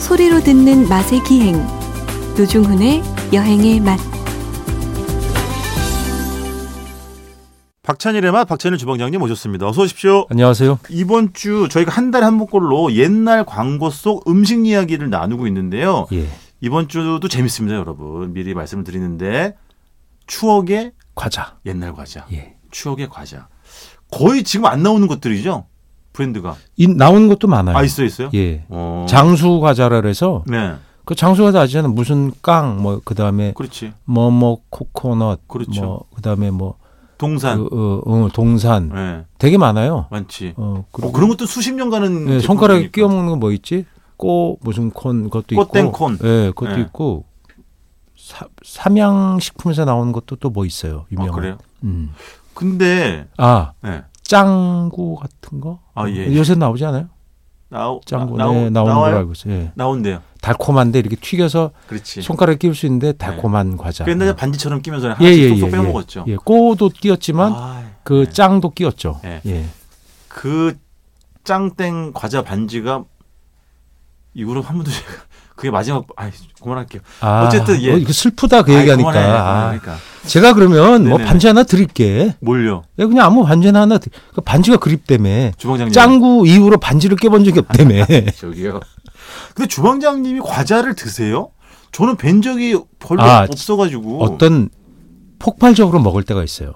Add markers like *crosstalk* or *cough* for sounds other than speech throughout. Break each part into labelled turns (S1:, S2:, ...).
S1: 소리로 듣는 맛의 기행 노중훈의 여행의 맛
S2: 박찬일의 맛 박찬일 주방장님 모셨습니다. 어서 오십시오.
S3: 안녕하세요.
S2: 이번 주 저희가 한 달에 한 번꼴로 옛날 광고 속 음식 이야기를 나누고 있는데요.
S3: 예.
S2: 이번 주도 재밌습니다, 여러분. 미리 말씀을 드리는데 추억의
S3: 과자.
S2: 옛날 과자,
S3: 예.
S2: 추억의 과자. 거의 지금 안 나오는 것들이죠. 브랜드가.
S3: 이 나온 것도 많아요.
S2: 아 있어 있어요.
S3: 예.
S2: 어.
S3: 장수 과자라 그래서
S2: 네,
S3: 그 장수 과자 아시잖아요. 무슨 깡 뭐 그다음에
S2: 그렇지.
S3: 뭐뭐 코코넛
S2: 그렇죠.
S3: 뭐 그다음에 뭐
S2: 동산.
S3: 그, 어, 어, 동산
S2: 네,
S3: 되게 많아요.
S2: 많지.
S3: 어,
S2: 어, 그런 것도 수십 년 가는
S3: 예, 손가락에 끼워
S2: 제품이니까.
S3: 먹는 거 뭐 있지? 꼬 무슨 콘 그것도 있고.
S2: 꽃땡콘.
S3: 예, 그것도
S2: 예.
S3: 있고. 사, 삼양 식품에서 나오는 것도 또 뭐
S2: 아,
S3: 있어요. 유명한.
S2: 그래요?
S3: 음.
S2: 근데
S3: 아,
S2: 네.
S3: 짱구 같은 거?
S2: 아, 예.
S3: 요새 나오지 않아요?
S2: 나오
S3: 짱구
S2: 아, 나- 나오-
S3: 네, 나오는
S2: 나와요?
S3: 걸 알고 있어요. 예.
S2: 나온대요.
S3: 달콤한데 이렇게 튀겨서
S2: 그렇지.
S3: 손가락에 끼울 수 있는데 달콤한
S2: 예.
S3: 과자.
S2: 그 옛날에
S3: 예.
S2: 반지처럼 끼면서
S3: 예,
S2: 하나씩
S3: 예,
S2: 쏙쏙
S3: 예,
S2: 빼먹었죠.
S3: 예, 꼬도 끼었지만
S2: 아,
S3: 그
S2: 네.
S3: 짱도 끼었죠.
S2: 예.
S3: 예.
S2: 그 짱땡 과자 반지가 이후로 한 번도 제가 *laughs* 그게 마지막 아이 그만할게요.
S3: 아,
S2: 어쨌든 예.
S3: 어, 이거 슬프다 그 얘기하니까.
S2: 아이, 그만해,
S3: 아,
S2: 그만하니까.
S3: 제가 그러면 뭐
S2: 네네네.
S3: 반지 하나 드릴게.
S2: 뭘요?
S3: 예, 그냥 아무 반지나 하나. 드- 그 반지가 그립다며.
S2: 주방장님.
S3: 짱구 이후로 반지를 깨본 적이
S2: *laughs*
S3: 없다며.
S2: 저기요. 근데 주방장님이 과자를 드세요? 저는 뵌 적이 별로
S3: 아,
S2: 없어가지고.
S3: 어떤 폭발적으로 먹을 때가 있어요.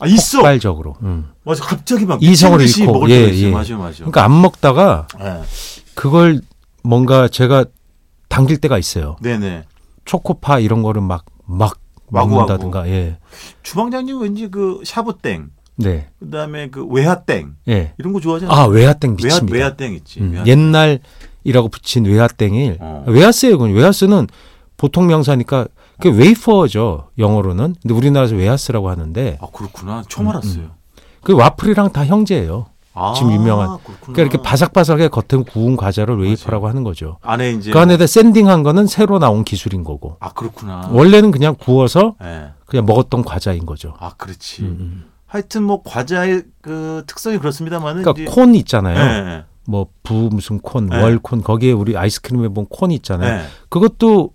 S2: 아 있어.
S3: 폭발적으로. 음.
S2: 맞아. 갑자기 막
S3: 이성을
S2: 미친 듯이
S3: 잃고.
S2: 먹을
S3: 예,
S2: 때가 있어요.
S3: 예.
S2: 맞아요, 맞아요.
S3: 그러니까 안 먹다가
S2: 예.
S3: 그걸 뭔가 제가 당길 때가 있어요.
S2: 네네.
S3: 초코파 이런 거를 막, 막
S2: 마구마구.
S3: 먹는다든가, 예.
S2: 주방장님 왠지 그 샤브땡,
S3: 네.
S2: 그다음에 그 외화땡
S3: 예.
S2: 이런 거 좋아하잖아요.
S3: 아, 외화땡
S2: 외화
S3: 미칩니다.
S2: 외화땡 있지.
S3: 음,
S2: 외화-
S3: 옛날이라고 붙인 외화땡이
S2: 어.
S3: 외화스예요. 그건. 외화스는 보통 명사니까 그 웨이퍼죠. 영어로는. 근데 우리나라에서 외화스라고 하는데
S2: 아 그렇구나. 처음 알았어요.
S3: 그 와플이랑 다 형제예요.
S2: 아,
S3: 지금 유명한.
S2: 그렇구나.
S3: 그러니까 이렇게 바삭바삭하게 겉은 구운 과자를 웨이퍼라고 하는 거죠.
S2: 안에 이제 뭐
S3: 그 안에다 샌딩한 거는 새로 나온 기술인 거고.
S2: 아 그렇구나.
S3: 원래는 그냥 구워서
S2: 예.
S3: 그냥 먹었던 과자인 거죠.
S2: 아 그렇지.
S3: 음, 음.
S2: 하여튼 뭐 과자의 그 특성이 그렇습니다만은
S3: 그러니까 콘 있잖아요.
S2: 예,
S3: 뭐 부 무슨 콘,
S2: 네.
S3: 월콘 거기에 우리 아이스크림에 본 콘
S2: 예.
S3: 있잖아요.
S2: 예.
S3: 그것도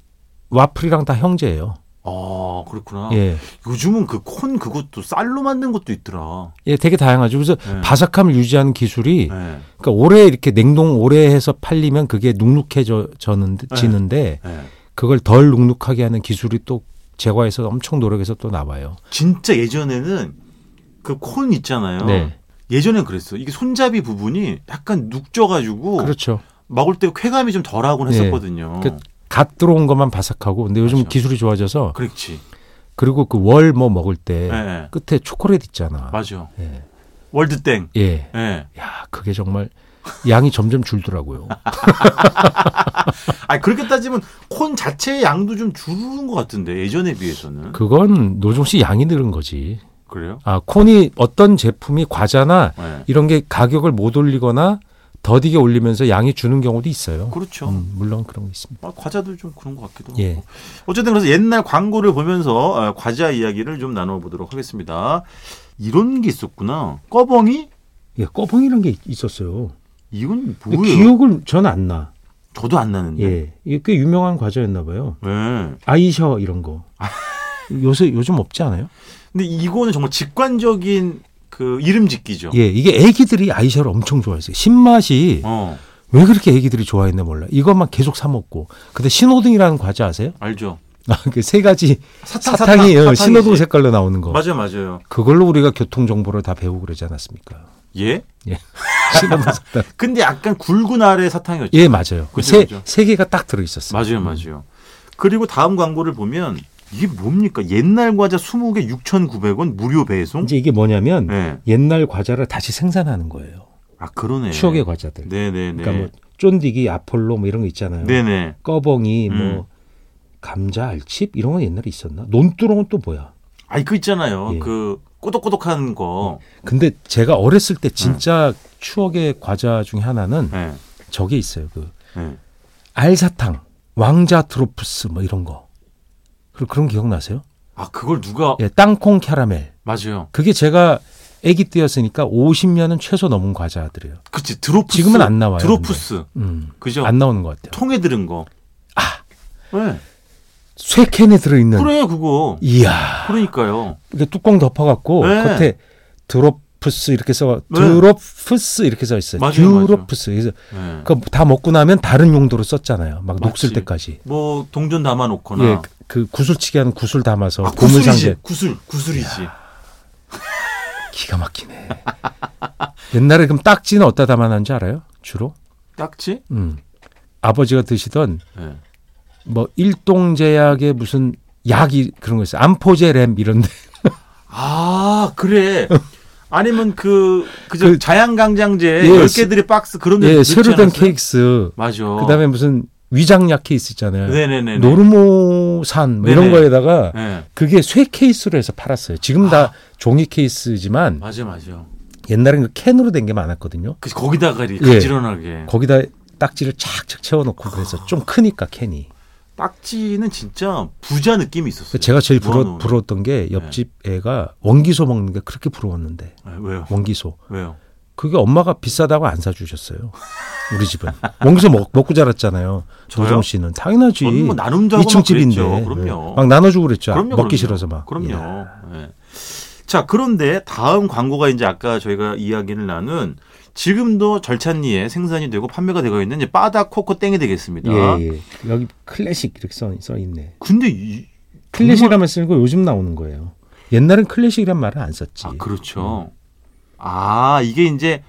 S3: 와플이랑 다 형제예요.
S2: 아 그렇구나.
S3: 예,
S2: 요즘은 그 콘 그것도 쌀로 만든 것도 있더라.
S3: 예, 되게 다양하죠. 그래서
S2: 네.
S3: 바삭함을 유지하는 기술이
S2: 예.
S3: 그러니까 오래 이렇게 냉동 오래 해서 팔리면 그게 눅눅해져지는데
S2: 네. 예.
S3: 그걸 덜 눅눅하게 하는 기술이 또 제과에서 엄청 노력해서 또 나와요.
S2: 진짜 예전에는 그 콘 있잖아요.
S3: 네,
S2: 예전엔 그랬어. 이게 손잡이 부분이 약간 눅져가지고
S3: 그렇죠.
S2: 먹을 때 쾌감이 좀 덜하곤
S3: 예.
S2: 했었거든요.
S3: 그- 갓 들어온 것만 바삭하고 근데 요즘
S2: 맞아.
S3: 기술이 좋아져서
S2: 그, 렇지
S3: 그리고 그 월 뭐 먹을 때
S2: 예. 예.
S3: 끝에 초콜릿 있잖아.
S2: 맞아.
S3: 예.
S2: 월드땡.
S3: 예.
S2: 예.
S3: 야, 그게 정말 양이 점점 줄더라고요.
S2: 아 그렇게 따지면 콘 자체의 양도 좀 줄은 것 같은데 예전에 비해서는
S3: 그건 노종 씨 양이 늘은 거지.
S2: 그, 래요
S3: 아, 콘이 어떤 제품이 과자나
S2: 네.
S3: 이런 게 가격을 못 올리거나 더디게 올리면서 양이 주는 경우도 있어요.
S2: 그렇죠.
S3: 음, 물론 그런 거 있습니다.
S2: 아, 과자도 좀 그런 것 같기도 하고.
S3: 예.
S2: 어쨌든 그래서 옛날 광고를 보면서 아, 과자 이야기를 좀 나눠보도록 하겠습니다. 이런 게 있었구나. 꺼벙이?
S3: 예, 꺼봉이라는 게 있었어요.
S2: 이건
S3: 근데
S2: 뭐예요? 네.
S3: 기억을 전 안 나.
S2: 저도 안 나는데.
S3: 예. 이게 꽤 유명한 과자였나 봐요.
S2: 예.
S3: 아이셔 이런 거. 요새 요즘 없지 않아요?
S2: 근데 이거는 정말 직관적인 그 이름 짓기죠.
S3: 예, 이게 애기들이 아이셔를 엄청 좋아했어요. 신맛이
S2: 어,
S3: 왜 그렇게 애기들이 좋아했나 몰라. 이것만 계속 사 먹고. 근데 신호등이라는 과자 아세요? *laughs*
S2: 알죠.
S3: 그 세 가지
S2: 사탕,
S3: 사탕이 어,
S2: 사탕,
S3: 신호등
S2: 사탕이지.
S3: 색깔로 나오는 거.
S2: 맞아요, 맞아요.
S3: 그걸로 우리가 교통 정보를 다 배우고 그러지 않았습니까?
S2: *laughs* 예.
S3: 신호등 색깔.
S2: 근데 약간 굵은 알의 사탕이었죠.
S3: 예, 맞아요.
S2: 그죠,
S3: 세,
S2: 그죠.
S3: 세 개가 딱 들어 있었어요.
S2: 맞아요, 맞아요. 그리고 다음 광고를 보면 이게 뭡니까? 옛날 과자 20개 6,900원 무료 배송?
S3: 이제 이게 뭐냐면
S2: 네.
S3: 옛날 과자를 다시 생산하는 거예요.
S2: 아, 그러네.
S3: 추억의 과자들.
S2: 네, 네, 네.
S3: 그러니까 뭐 쫀디기, 아폴로 뭐 이런 거 있잖아요.
S2: 네, 네.
S3: 꺼벙이
S2: 음.
S3: 뭐 감자 알칩 이런 건 옛날에 있었나? 논두렁은 또 뭐야?
S2: 아이 그 있잖아요.
S3: 예.
S2: 그 꼬독꼬독한 거.
S3: 근데 제가 어렸을 때
S2: 음.
S3: 진짜 추억의 과자 중에 하나는
S2: 네.
S3: 저게 있어요. 그
S2: 네.
S3: 알사탕, 왕자 트로프스 뭐 이런 거. 그리고 그런 기억나세요?
S2: 아, 그걸 누가
S3: 예, 땅콩 캐러멜.
S2: 맞아요.
S3: 그게 제가 아기 때였으니까 50년은 최소 넘은 과자들이에요.
S2: 그치 드로프스
S3: 지금은 안 나와요.
S2: 드로프스
S3: 근데. 음,
S2: 그죠?
S3: 안 나오는 것 같아요.
S2: 통에 들은 거. 아. 네.
S3: 쇠캔에 들어있는.
S2: 그래 그거.
S3: 이야.
S2: 그러니까요.
S3: 이게 뚜껑 덮어갖고
S2: 네.
S3: 겉에 드로프스 이렇게 써
S2: 네.
S3: 드로프스 이렇게 써 있어요.
S2: 맞아요,
S3: 드로프스. 그래서
S2: 네.
S3: 그다 먹고 나면 다른 용도로 썼잖아요. 막 녹슬
S2: 맞지.
S3: 때까지.
S2: 뭐 동전 담아 놓거나.
S3: 예, 그- 그 구슬치기 하는 구슬 담아서
S2: 아,
S3: 그 고물 상자
S2: 구슬이지. 구슬 구슬이지.
S3: 기가 막히네. *laughs* 옛날에 그럼 딱지는 어디다 담아놨는 지 알아요? 주로?
S2: 딱지?
S3: 음. 아버지가 드시던
S2: 네.
S3: 뭐 일동제약의 무슨 약이 그런 거 있어요. 암포제램 이런데.
S2: 아 그래. 아니면 그 그저
S3: 그-
S2: 자양강장제
S3: 예,
S2: 열
S3: 세-
S2: 개들의 박스 그런 데
S3: 예,
S2: 넣지
S3: 새로 된
S2: 않았어요?
S3: 케이크스.
S2: 맞아.
S3: 그다음에 무슨 위장약 케이스 있잖아요.
S2: 네네네.
S3: 노르모산 뭐 이런
S2: 네네.
S3: 거에다가
S2: 네. 아.
S3: 그게 쇠 케이스로 해서 팔았어요. 지금 다 종이 케이스지만
S2: 맞아 맞아.
S3: 옛날엔 그 캔으로 된 게 많았거든요.
S2: 그 거기다가 이렇게
S3: 예.
S2: 가지런하게.
S3: 거기다 딱지를 착착 채워놓고
S2: 아.
S3: 그래서 좀 크니까 캔이.
S2: 딱지는 진짜 부자 느낌이
S3: 그
S2: 있었어요. 네.
S3: 제가 제일 부러,
S2: 모아놓은.
S3: 부러웠던 게 옆집 애가 원기소 먹는 게 그렇게 부러웠는데
S2: 네, 왜요?
S3: 원기소
S2: 왜요?
S3: 그게 엄마가 비싸다고 안 사주셨어요 우리 집은 원기소 먹, 먹고 자랐잖아요
S2: 저요?
S3: 노정 씨는 당연하지
S2: 저는 뭐 나눔 자고
S3: 2층 집인데
S2: 그랬죠.
S3: 네.
S2: 그럼요.
S3: 막 나눠주고 그랬죠
S2: 그럼요, 그럼요.
S3: 먹기 싫어서 막 예.
S2: 그럼요. 예. 자 그런데 다음 광고가 이제 아까 저희가 이야기를 나눈 지금도 절찬리에 생산이 되고 판매가 되고 있는 이제 빠다 코코 땡이 되겠습니다.
S3: 예, 예. 여기 클래식 이렇게 써, 써 있네
S2: 근데 이,
S3: 클래식이라면 쓰는 거 요즘 나오는 거예요 옛날엔 클래식이란 말을 안 썼지
S2: 아
S3: 음.
S2: 그렇죠. 아 이게 이제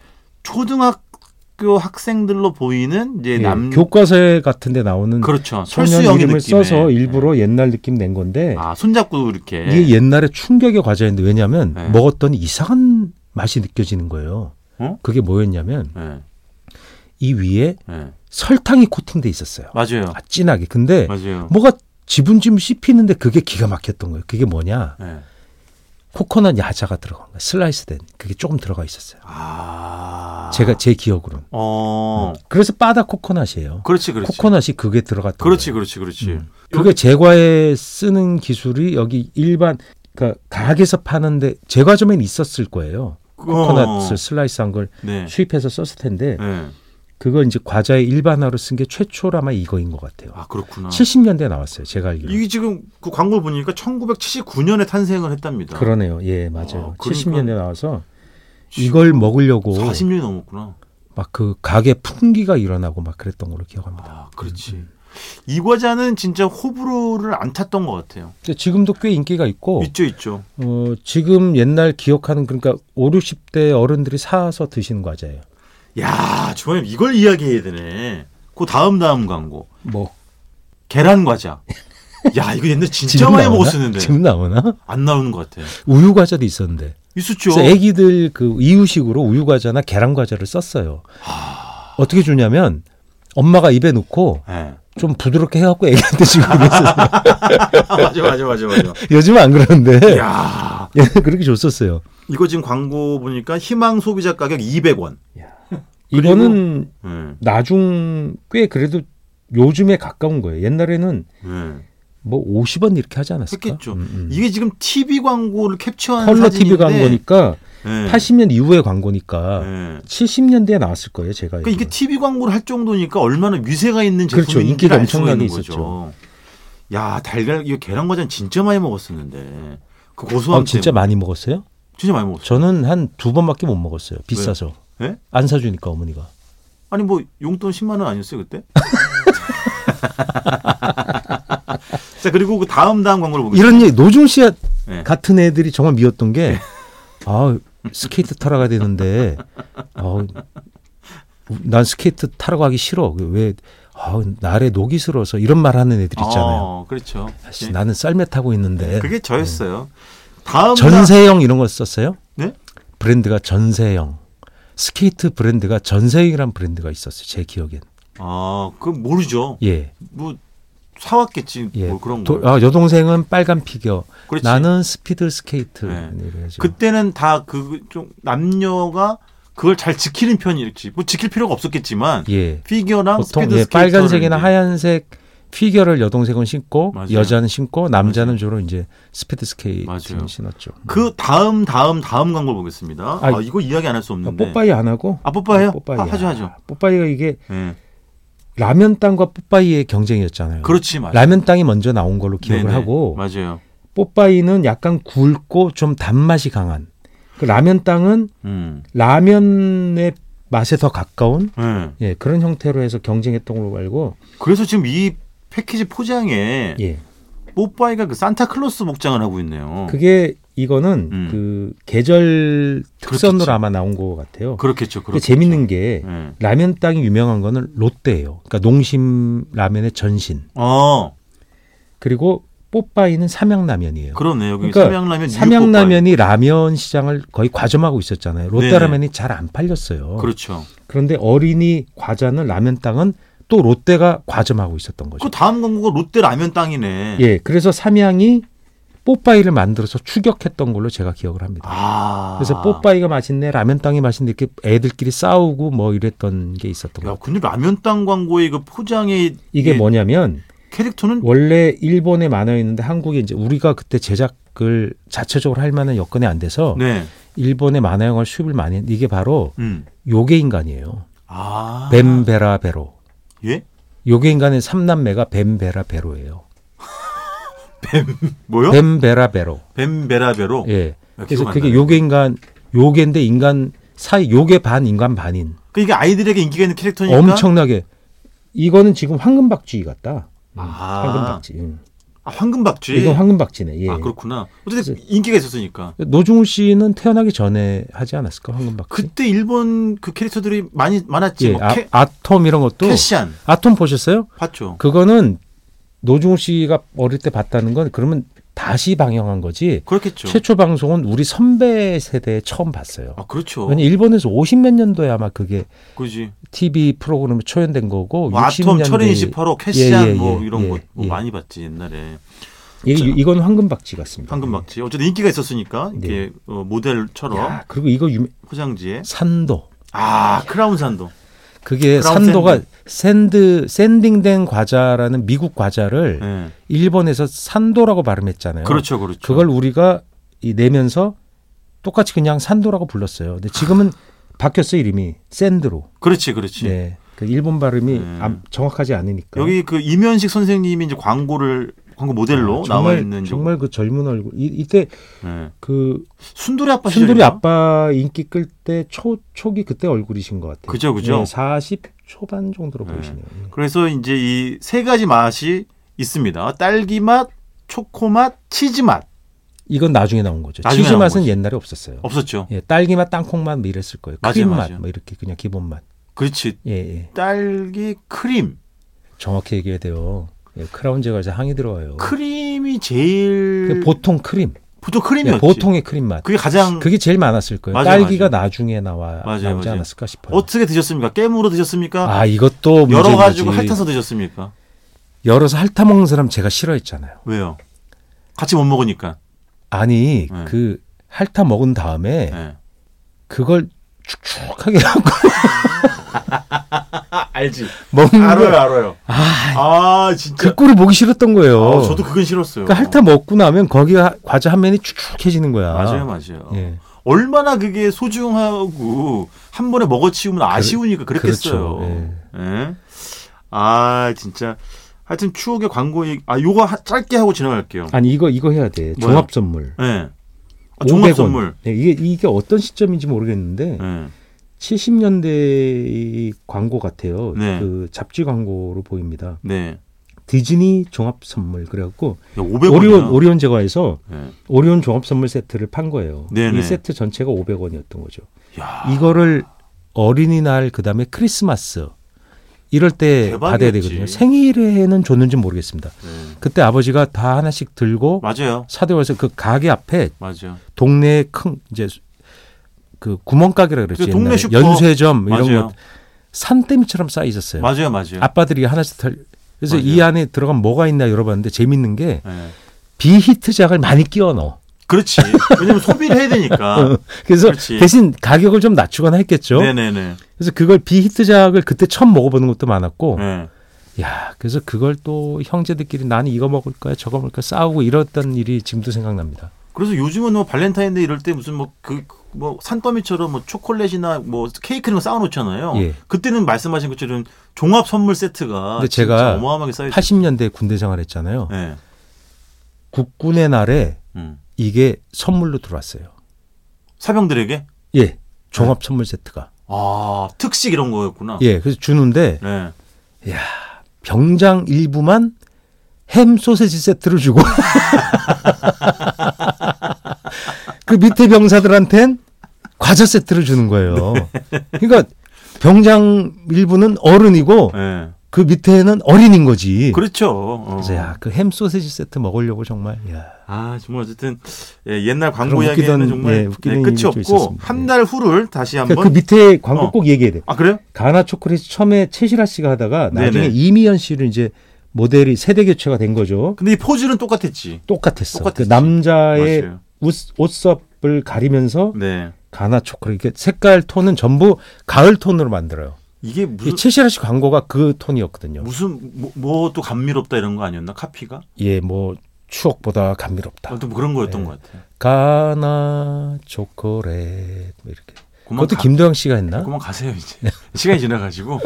S2: 초등학교 학생들로 보이는 이제
S3: 예,
S2: 남
S3: 교과서에 같은데 나오는
S2: 그렇죠.
S3: 소년
S2: 설수영
S3: 아, 이름을
S2: 느낌의 네.
S3: 써서 일부러 예, 옛날 느낌 낸 건데
S2: 아 손잡고 이렇게
S3: 이게 옛날에 충격의 과자인데 왜냐하면
S2: 네.
S3: 먹었더니 이상한 맛이 느껴지는 거예요.
S2: 어?
S3: 그게 뭐였냐면
S2: 예,
S3: 이 위에
S2: 예.
S3: 설탕이 코팅돼 있었어요.
S2: 맞아요.
S3: 아, 진하게. 근데
S2: 맞아요.
S3: 뭐가 지분짐 씹히는데 그게 기가 막혔던 거예요. 그게 뭐냐?
S2: 예.
S3: 코코넛 야자가 들어간 거예요. 슬라이스된 그게 조금 들어가 있었어요.
S2: 아
S3: 제가 제 기억으로는.
S2: 어
S3: 그래서 바다 코코넛이에요.
S2: 그렇지 그렇지
S3: 코코넛이 그게 들어갔던
S2: 그렇지
S3: 거예요.
S2: 그렇지 그렇지
S3: 음. 그게 제과에 쓰는 기술이 여기 일반 그러니까 가게에서 파는데 제과점엔 있었을 거예요. 코코넛을 슬라이스한 걸
S2: 어, 네.
S3: 수입해서 썼을 텐데
S2: 네.
S3: 그걸 이제 과자의 일반화로 쓴 게 최초로 아마 이거인 것 같아요.
S2: 아 그렇구나.
S3: 70년대 나왔어요. 제가 알기로.
S2: 이게 지금 그 광고를 보니까 1979년에 탄생을 했답니다.
S3: 그러네요. 예,
S2: 어,
S3: 맞아요.
S2: 그러니까
S3: 70년대 나와서 이걸 먹으려고
S2: 40년이 넘었구나.
S3: 막 그 가게 풍기가 일어나고 막 그랬던 걸로 기억합니다.
S2: 아 그렇지. 이 과자는 진짜 호불호를 안 탔던 것 같아요.
S3: 근데 지금도 꽤 인기가 있고
S2: 있죠 있죠.
S3: 어, 지금 옛날 기억하는 그러니까 5, 60대 어른들이 사서 드시는 과자예요.
S2: 야 주원님 이걸 이야기해야 되네. 그 다음 다음 광고
S3: 뭐
S2: 계란 과자. 야 이거
S3: *laughs*
S2: 옛날 진짜
S3: 지금
S2: 많이
S3: 나오나?
S2: 먹었었는데
S3: 지금 나오나?
S2: 안 나오는 것 같아.
S3: 우유 과자도 있었는데.
S2: 있었죠.
S3: 그래서 애기들 그 이유식으로 우유 과자나 계란 과자를 썼어요.
S2: 아.
S3: 어떻게 주냐면 엄마가 입에 넣고
S2: 예. *laughs*
S3: 좀 부드럽게 해갖고 애기한테 주고 그랬어요.
S2: 아, 맞아 맞아 맞아 맞아.
S3: 요즘 안 그러는데
S2: 야
S3: *laughs* 예, 그렇게 줬었어요.
S2: 이거 지금 광고 보니까 희망 소비자 가격 200원.
S3: 이거는
S2: 예.
S3: 나중 꽤 그래도 요즘에 가까운 거예요. 옛날에는
S2: 예.
S3: 뭐 50원 이렇게 하지 않았을까?
S2: 했겠죠.
S3: 음, 음.
S2: 이게 지금 TV 광고를 캡처한
S3: 컬러 TV
S2: 사진인데
S3: 광고니까
S2: 예.
S3: 80년 이후의 광고니까
S2: 예.
S3: 70년대에 나왔을 거예요. 제가
S2: 그러니까 이게
S3: 알기로는.
S2: TV 광고를 할 정도니까 얼마나 위세가 있는
S3: 그렇죠.
S2: 제품인지
S3: 인기가
S2: 알 수가
S3: 엄청나게
S2: 있는 거죠. 야 달걀 이거 계란 과자는 진짜 많이 먹었었는데 그 고소함
S3: 어, 진짜
S2: 때문에
S3: 많이 먹었어요?
S2: 진짜 많이 먹었어.
S3: 저는 한 두 번밖에 못 먹었어요. 비싸서
S2: 예?
S3: 안 사주니까 어머니가.
S2: 아니 뭐 용돈 10만 원 아니었어요
S3: *laughs*
S2: 그때? 자 그리고 그 다음 다음 광고를 보겠습니다.
S3: 이런 얘기 노중 씨
S2: 네.
S3: 같은 애들이 정말 미웠던 게 아, 스케이트 타러 가야 되는데 아, 난 스케이트 타러 가기 싫어. 왜 아, 날에 녹이 슬어서 이런 말 하는 애들 있잖아요.
S2: 어, 그렇죠.
S3: 아씨,
S2: 예. 네,
S3: 나는 썰매 타고 있는데
S2: 그게 저였어요. 다음 다-
S3: 예. 전세형 이런 거 썼어요?
S2: 네?
S3: 브랜드가 전세형. 스케이트 브랜드가 전세형이란 브랜드가 있었어요. 제 기억엔.
S2: 아, 그 모르죠.
S3: 예.
S2: 뭐 사왔겠지
S3: 예.
S2: 뭐 그런
S3: 도-
S2: 거.
S3: 아, 여동생은 빨간 피겨.
S2: 그렇지.
S3: 나는 스피드 스케이트.
S2: 네.
S3: 이래가지고.
S2: 그때는 다 그 좀 남녀가 그걸 잘 지키는 편이었지. 뭐 지킬 필요가 없었겠지만
S3: 예.
S2: 피규어랑
S3: 보통
S2: 스피드
S3: 예,
S2: 스케이터를
S3: 빨간색이나
S2: 이제-
S3: 하얀색 피겨를 여동생은 신고
S2: 맞아요.
S3: 여자는 신고 남자는 주로 이제 스피드 스케이트를
S2: 맞아요.
S3: 신었죠.
S2: 그 다음 다음 다음 광고를 보겠습니다. 아,
S3: 아,
S2: 이거 이야기 안 할 수 없는데.
S3: 뽀빠이 안 하고
S2: 아 네. 뽀빠예요?
S3: 뽀빠이야. 음.
S2: 아, 하죠 하죠.
S3: 뽀빠이가 이게
S2: 예.
S3: 라면 땅과 뽀빠이의 경쟁이었잖아요.
S2: 그렇지 맞아요.
S3: 라면 땅이 먼저 나온 걸로 기억을
S2: 그렇죠. 네네.
S3: 하고
S2: 맞아요.
S3: 뽀빠이는 약간 굵고 좀 단맛이 강한 그 라면 땅은
S2: 음.
S3: 라면의 맛에 더 가까운
S2: 예.
S3: 예, 그런 형태로 해서 경쟁했던 걸로 알고
S2: 그래서 지금 이 패키지 포장에
S3: 예.
S2: 뽀빠이가 그 산타클로스 복장을 하고 있네요.
S3: 그게 이거는
S2: 어. 음.
S3: 그 계절 특선으로
S2: 그렇겠죠.
S3: 아마 나온 것 같아요.
S2: 그렇겠죠.
S3: 근데
S2: 그렇겠죠.
S3: 재밌는 게
S2: 예.
S3: 라면 땅이 유명한 거는 롯데예요. 그러니까 농심 라면의 전신.
S2: 어
S3: 그리고 뽀빠이는 삼양라면이에요.
S2: 그러네 여기
S3: 그러니까
S2: 삼양라면 뉴욕
S3: 삼양라면이 라면 시장을 거의 과점하고 있었잖아요. 롯데
S2: 네네.
S3: 라면이 잘 안 팔렸어요.
S2: 뽀빠이. 그렇죠.
S3: 그런데 어린이 과자는 라면 땅은 또 롯데가 과점하고 있었던 거죠.
S2: 그 다음 광고가 롯데 라면 땅이네.
S3: 예, 그래서 삼양이 뽀빠이를 만들어서 추격했던 걸로 제가 기억을 합니다.
S2: 아.
S3: 그래서 뽀빠이가 맛있네, 라면 땅이 맛있네 이렇게 애들끼리 싸우고 뭐 이랬던 게 있었던
S2: 야,
S3: 거예요.
S2: 근데 라면 땅 광고의 그 포장의
S3: 이게
S2: 예,
S3: 뭐냐면
S2: 캐릭터는
S3: 원래 일본에 만화였는데 한국에 이제 우리가 그때 제작을 자체적으로 할 만한 여건이 안 돼서
S2: 네.
S3: 일본의 만화 영화를 수입을 많이 했는데 이게 바로
S2: 음.
S3: 요괴 인간이에요.
S2: 아.
S3: 뱀베라 베로.
S2: 예?
S3: 요괴 인간의 삼남매가 뱀베라 베로예요.
S2: 뭐요?
S3: 뱀베라 베로.
S2: 뱀, 베라베로.
S3: 예.
S2: 아,
S3: 그래서
S2: 기억 안
S3: 그게
S2: 나네.
S3: 요괴 인간 요괴인데 인간 사이 요괴 반 인간 반인
S2: 그 이게 아이들에게 인기가 있는 캐릭터니까.
S3: 엄청나게 이거는 지금 황금박쥐 같다. 음,
S2: 아.
S3: 황금박쥐. 음.
S2: 아, 황금박쥐.
S3: 이건 황금박쥐네. 예.
S2: 아 그렇구나. 어쨌든 인기가 있었으니까.
S3: 노중훈 씨는 태어나기 전에 하지 않았을까 황금박쥐.
S2: 그때 일본 그 캐릭터들이 많이 많았지.
S3: 예,
S2: 뭐
S3: 아,
S2: 캐,
S3: 아톰 이런 것도
S2: 캐시안
S3: 아톰 보셨어요?
S2: 봤죠.
S3: 그거는 노중훈 씨가 어릴 때 봤다는 건 그러면 다시 방영한 거지.
S2: 그렇겠죠.
S3: 최초 방송은 우리 선배 세대에 처음 봤어요.
S2: 아 그렇죠.
S3: 왜냐 일본에서 50몇 년도에 아마 그게
S2: 그지.
S3: TV 프로그램에 초연된 거고
S2: 뭐 아톰
S3: 60년대
S2: 철인 28호 캐시안
S3: 예, 예,
S2: 뭐
S3: 예,
S2: 이런 거
S3: 예,
S2: 뭐
S3: 예.
S2: 많이 봤지 옛날에.
S3: 이, 이건 황금박쥐 같습니다.
S2: 황금박쥐. 어쨌든 인기가 있었으니까 이게 어, 모델처럼
S3: 네. 야, 그리고 이거 유명,
S2: 포장지에.
S3: 산도.
S2: 아 크라운 산도.
S3: 그게
S2: 브라운
S3: 산도가 샌드 샌딩된 과자라는 미국 과자를
S2: 예.
S3: 일본에서 산도라고 발음했잖아요.
S2: 그렇죠, 그렇죠.
S3: 네. 그걸 우리가 이 내면서 똑같이 그냥 산도라고 불렀어요. 근데 지금은 바뀌었어요 이름이 샌드로.
S2: 그렇지, 그렇지.
S3: 네. 그 일본 발음이
S2: 네.
S3: 안- 정확하지 않으니까.
S2: 여기 그 이면식 선생님이 이제 광고를 광고 모델로
S3: 아, 정말,
S2: 나와 있는
S3: 정말 그 젊은 얼굴. 이, 이때
S2: 저- 예.
S3: 그
S2: 순돌이 아빠
S3: 순돌이
S2: 시절이네요.
S3: 아빠 인기 끌 때 초 초기 그때 얼굴이신 것 같아요.
S2: 그죠, 그죠.
S3: 네, 40 초반 정도로
S2: 네.
S3: 보이시네요. 예.
S2: 그래서 이제 이 세 가지 맛이 있습니다. 딸기 맛, 초코 맛, 치즈 맛
S3: 이건 나중에 나온 거죠.
S2: 나중에
S3: 치즈
S2: 나온
S3: 맛은
S2: 거죠.
S3: 옛날에 없었어요.
S2: 없었죠.
S3: 예, 딸기 맛, 땅콩 맛뭐 이랬을 거예요.
S2: 맞아요,
S3: 크림
S2: 맞아요.
S3: 맛, 뭐 이렇게 그냥 기본 맛.
S2: 그렇지.
S3: 예, 예.
S2: 딸기 크림.
S3: 정확히 얘기해야 돼요. 예, 크라운 제과에서 항이 들어와요.
S2: 크림이 제일
S3: 그 보통 크림,
S2: 보통
S3: 예,
S2: 크림이었지.
S3: 보통의 크림 맛.
S2: 그게 가장
S3: 그게 제일 많았을 거예요.
S2: 맞아요,
S3: 딸기가
S2: 맞아요.
S3: 나중에 나와
S2: 맞아요,
S3: 나오지
S2: 맞아요.
S3: 않았을까 싶어요.
S2: 어떻게 드셨습니까? 깨물어 드셨습니까?
S3: 아, 이것도 문제인
S2: 열어 가지고
S3: 거지.
S2: 핥아서 드셨습니까?
S3: 열어서 핥아 먹는 사람 제가 싫어했잖아요.
S2: 왜요? 같이 못 먹으니까.
S3: 아니
S2: 네.
S3: 그 핥아 먹은 다음에
S2: 예.
S3: 그걸 축축하게 *laughs* 하고
S2: 아, 알지.
S3: 먹는
S2: 알아요,
S3: 거.
S2: 알아요.
S3: 아,
S2: 아, 진짜.
S3: 그 꼴을 보기 싫었던 거예요.
S2: 아, 저도 그건 싫었어요.
S3: 그러니까 핥아 먹고 나면 거기 하- 과자 한 면이 축축해지는 거야.
S2: 어, 맞아요, 맞아요.
S3: 예.
S2: 얼마나 그게 소중하고 한 번에 먹어치우면 아쉬우니까 그랬겠어요.
S3: 그렇죠.
S2: 예. 아 진짜 하여튼 추억의 광고 얘기 아 요거 하- 짧게 하고 지나갈게요.
S3: 아니 이거 이거 해야 돼.
S2: 뭐야?
S3: 종합 선물.
S2: 예. 아,
S3: 500원.
S2: 종합 선물.
S3: 네, 이게 이게 어떤 시점인지 모르겠는데
S2: 예.
S3: 70년대 광고 같아요.
S2: 네.
S3: 그 잡지 광고로 보입니다.
S2: 네.
S3: 디즈니 종합 선물 그래갖고
S2: 야, 예. 500원.
S3: 오리온 오리온 제과에서 오리온 종합 선물 세트를 판 거예요.
S2: 네네. 아.
S3: 이 세트 전체가 500원이었던 거죠.
S2: 야.
S3: 이거를 어린이날 그다음에 크리스마스 이럴 때
S2: 대박이었지.
S3: 받아야 되거든요. 생일에는 줬는지 모르겠습니다.
S2: 네.
S3: 그때 아버지가 다 하나씩 들고
S2: 맞아요.
S3: 사대월에서 그 가게 앞에
S2: 맞아요.
S3: 동네 큰 이제 그 구멍가게라 그랬지
S2: 그죠, 동네
S3: 옛날에.
S2: 슈퍼.
S3: 연쇄점 이런
S2: 맞아요.
S3: 거 산더미처럼 쌓여 있었어요.
S2: 맞아요. 맞아요.
S3: 네. 아빠들이 하나씩 털 그래서
S2: 맞아요.
S3: 이 안에 들어간 뭐가 있나 열어봤는데 재밌는 게
S2: 예.
S3: 비히트작을 많이 끼워 넣어.
S2: 그렇지. 왜냐면 소비를 해야
S3: *laughs*
S2: 되니까.
S3: 그래서
S2: 그렇지.
S3: 대신 가격을 좀 낮추거나 했겠죠.
S2: 네네네.
S3: 그래서 그걸 비히트작을 그때 처음 먹어보는 것도 많았고
S2: 예.
S3: 야, 그래서 그걸 또 형제들끼리 나는 이거 먹을 거야, 저거 먹을 거야 싸우고 이랬던 일이 지금도 생각납니다.
S2: 그래서 요즘은 뭐 발렌타인데이 이럴 때 무슨 뭐 그 뭐 산더미처럼 뭐 초콜릿이나 뭐 케이크 이런 거 쌓아놓잖아요.
S3: 예.
S2: 그때는 말씀하신 것처럼 종합 선물 세트가
S3: 근데
S2: 진짜
S3: 제가
S2: 어마어마하게 쌓여.
S3: 80년대 군대 생활했잖아요.
S2: 예. 네.
S3: 국군의 날에
S2: 음.
S3: 이게 선물로 들어왔어요.
S2: 사병들에게
S3: 예, 종합 선물 세트가.
S2: 네. 아 특식 이런 거였구나.
S3: 예, 그래서 주는데
S2: 네.
S3: 병장 일부만 햄 소세지 세트를 주고 *laughs* 그 밑에 병사들한텐 과자 세트를 주는 거예요. 그러니까 병장 일부는 어른이고
S2: 네.
S3: 그 밑에는 어린인 거지.
S2: 그렇죠. 어.
S3: 예. 그래서 야그 햄 소세지 세트 먹으려고 정말 야
S2: 아 정말 어쨌든 예, 옛날 광고
S3: 그런
S2: 이야기는
S3: 웃기던,
S2: 정말
S3: 예, 웃기는
S2: 예, 끝이
S3: 일이 좀
S2: 없고
S3: 있었습니다.
S2: 한 달 후를 다시
S3: 그
S2: 한번
S3: 밑에 광고
S2: 어.
S3: 꼭 얘기해야 돼.
S2: 아 그래요?
S3: 가나 초콜릿 처음에 최시라 씨가 하다가 나중에
S2: 네네.
S3: 이미연 씨를 이제 모델이 세대 교체가 된 거죠.
S2: 근데 이 포즈는 똑같았지.
S3: 똑같았어.
S2: 그
S3: 그
S2: 똑같았지.
S3: 남자의
S2: 맞아요.
S3: 옷, 옷섭을 가리면서
S2: 네.
S3: 가나 초콜릿 이렇게 색깔 톤은 전부 가을 톤으로 만들어요.
S2: 이게
S3: 이
S2: 무슨
S3: 칠시라 씨 광고가 그 톤이었거든요.
S2: 무슨 뭐 또 감미롭다 이런 거 아니었나 카피가?
S3: 예, 뭐 추억보다 감미롭다. 예.
S2: 아, 또 그런 거였던 것 같아.
S3: 가나 초콜릿 뭐 이렇게.
S2: 그만
S3: 그것도
S2: 가,
S3: 김도영 씨가 했나?
S2: 그만 가세요 이제 *laughs* 시간이 지나가지고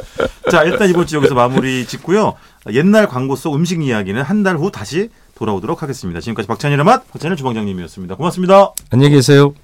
S2: 자 일단 이번 주 여기서 마무리 짓고요 옛날 광고 속 음식 이야기는 한 달 후 다시 돌아오도록 하겠습니다 지금까지 박찬일의 맛 박찬일 주방장님이었습니다 고맙습니다.
S3: 안녕히 계세요.